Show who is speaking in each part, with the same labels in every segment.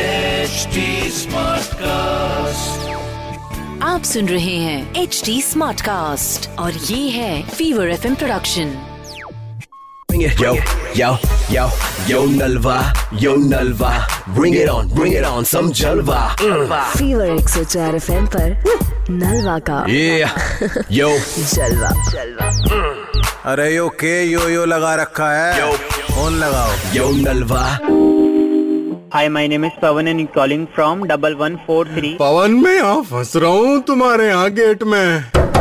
Speaker 1: HD Smartcast.
Speaker 2: आप सुन रहे हैं एच डी स्मार्ट कास्ट और ये है fever F production
Speaker 3: Bring it. Yo, yo, yo, yo, Nalva, yo, Nalva. Bring it on, bring it on, some Jalva. Mm.
Speaker 2: Fever एक सौ चार एफ एम नलवा का
Speaker 3: Yeah, yo,
Speaker 2: जलवा जलवा
Speaker 4: अरे यो के यो यो लगा रखा है
Speaker 3: Yo.
Speaker 4: फोन लगाओ
Speaker 3: yo, Nalva.
Speaker 5: Hi, my name is Pawan and I'm calling from 1143.
Speaker 6: पवन मैं यहाँ फंस रहा हूँ तुम्हारे यहाँ गेट में
Speaker 4: हाँ।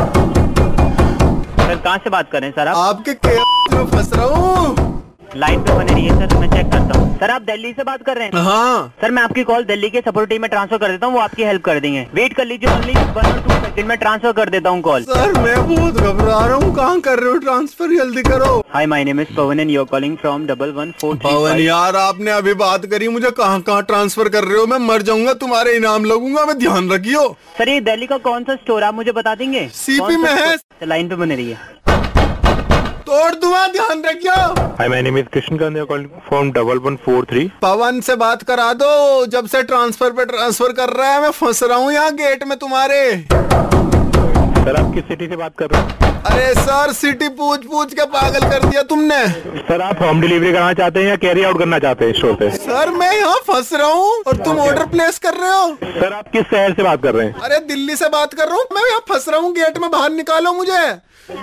Speaker 5: सर कहाँ से बात कर रहे हैं सर आप
Speaker 6: आपके के में फंस रहा हूँ
Speaker 4: हाँ।
Speaker 5: लाइन पे बने रहिए सर मैं चेक करता हूँ सर आप दिल्ली से बात कर रहे हैं
Speaker 6: हाँ
Speaker 5: सर मैं आपकी कॉल दिल्ली के सपोर्ट टीम में ट्रांसफर कर देता हूँ वो आपकी हेल्प कर देंगे वेट कर लीजिए ओनली वन और टू सेकंड में ट्रांसफर कर देता हूँ कॉल
Speaker 6: सर मैं बहुत घबरा रहा हूँ कहाँ कर रहे हो ट्रांसफर जल्दी करो
Speaker 5: hi my name is Pawan and you calling from double one four
Speaker 6: Pawan यार आपने अभी बात करी मुझे कहाँ कहाँ ट्रांसफर कर रहे हो मैं मर जाऊंगा तुम्हारे इनाम लगूंगा मैं ध्यान रखियो
Speaker 5: सर ये दिल्ली का कौन सा स्टोर आप मुझे बता देंगे
Speaker 6: CP
Speaker 5: कौन सा
Speaker 6: में है।
Speaker 5: store? सर, लाइन पे बने रहिए
Speaker 6: तोड़ दूंगा ध्यान रखियो
Speaker 7: hi my name is Krishna Gandhi calling from double one four three
Speaker 6: Pawan से बात करा दो जब से ट्रांसफर पे ट्रांसफर कर रहा है मैं फंस रहा हूँ यहाँ गेट में तुम्हारे
Speaker 7: सर आप किस सिटी से बात कर रहे हैं
Speaker 6: अरे सर सिटी पूछ पूछ के पागल कर दिया तुमने
Speaker 7: सर आप होम डिलीवरी करना चाहते हैं या कैरी आउट करना चाहते हैं स्टोर पे
Speaker 6: सर मैं यहाँ फंस रहा हूँ और तुम ऑर्डर प्लेस कर रहे हो
Speaker 7: सर आप किस शहर से बात कर रहे
Speaker 6: अरे दिल्ली से बात कर रहा हूँ मैं यहाँ फंस रहा हूँ गेट में बाहर निकालो मुझे
Speaker 7: हैं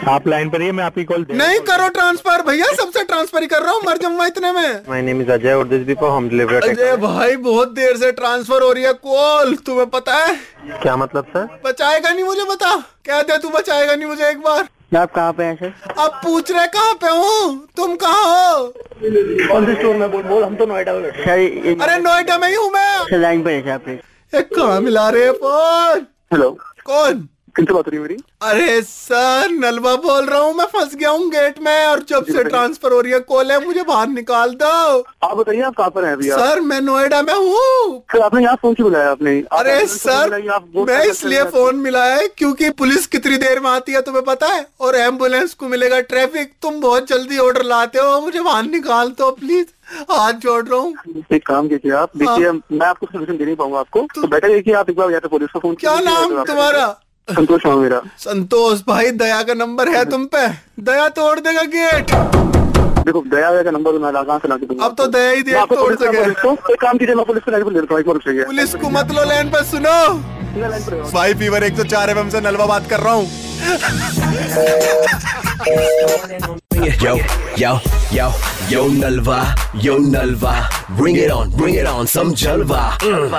Speaker 7: आप लाइन पर रहिए मैं आपकी कॉल दे
Speaker 6: नहीं करो ट्रांसफर भैया सबसे ट्रांसफर ही कर रहा हूँ मर जाऊंगा इतने में
Speaker 7: माय नेम इज अजय और this be for home delivery
Speaker 6: अरे भाई बहुत देर से ट्रांसफर हो रही है कॉल तुम्हें पता है
Speaker 7: क्या मतलब सर
Speaker 6: बचाएगा नहीं मुझे बता कहते तू बचाएगा नहीं मुझे एक बार
Speaker 5: आप कहाँ पे हैं सर
Speaker 6: अब पूछ रहे कहाँ पे हूँ तुम कहाँ हो
Speaker 5: कौन से स्टोर में बोल बोल हम तो नोएडा में सर
Speaker 6: अरे नोएडा में ही हूँ मैं
Speaker 5: लाइन पे है प्लीज
Speaker 6: एक कहाँ मिला रहे हैं फोन
Speaker 5: हेलो
Speaker 6: कौन
Speaker 5: किनसे बात हो रही है मेरी
Speaker 6: अरे सर नलवा बोल रहा हूँ मैं फंस गया हूँ गेट में और जब से ट्रांसफर हो रही है कॉल है मुझे बाहर निकाल दो
Speaker 5: आप बताइए आप कहाँ पर हैं अभी
Speaker 6: सर मैं नोएडा में हूँ
Speaker 5: सर आपने यहाँ फोन क्यों बुलाया आपने आप
Speaker 6: अरे
Speaker 5: ambulance को
Speaker 6: सर
Speaker 5: बुलाइए, आप वो
Speaker 6: मैं
Speaker 5: कर
Speaker 6: इसलिए
Speaker 5: सकते हैं।
Speaker 6: फोन मिलाया है क्योंकि पुलिस कितनी देर में आती है तुम्हें पता है और एम्बुलेंस को मिलेगा ट्रैफिक तुम बहुत जल्दी ऑर्डर लाते हो मुझे बाहर निकाल दो प्लीज हाथ जोड़ रहा हूँ
Speaker 5: एक काम कीजिए आप
Speaker 6: हाँ।
Speaker 5: देखिए मैं आपको सोल्यूशन दे नहीं पाऊंगा आपको तो बेटर है कि आप एक बार या तो पुलिस को फोन
Speaker 6: क्या
Speaker 5: कीजिए या तो
Speaker 6: नाम
Speaker 5: आप-
Speaker 6: तुम्हारा
Speaker 5: संतोष शर्मा मेरा
Speaker 6: संतोष भाई दया का नंबर है तुम पे दया तोड़ देगा गेट
Speaker 5: देखो दया वया का नंबर मैं कहाँ से ला के दूंगा
Speaker 6: अब तो दया ही
Speaker 5: मैं
Speaker 6: देख
Speaker 5: आपको
Speaker 6: तोड़
Speaker 5: पुलिस का
Speaker 6: सके
Speaker 5: पुलिस को- एक काम कीजिए मैं पुलिस को लाइन पर देता हूँ एक बार रुक जाइए
Speaker 6: पुलिस को मत लो लाइन पर सुनो
Speaker 5: मैं लाइन पर हूँ।
Speaker 6: भाई फीवर 104 एफएम से नलवा बात कर रहा हूँ
Speaker 3: Bring it. Yo, yo, yo, yo, Nalva, yo, Nalva. Bring it on, bring it on, some Jalva. Mm.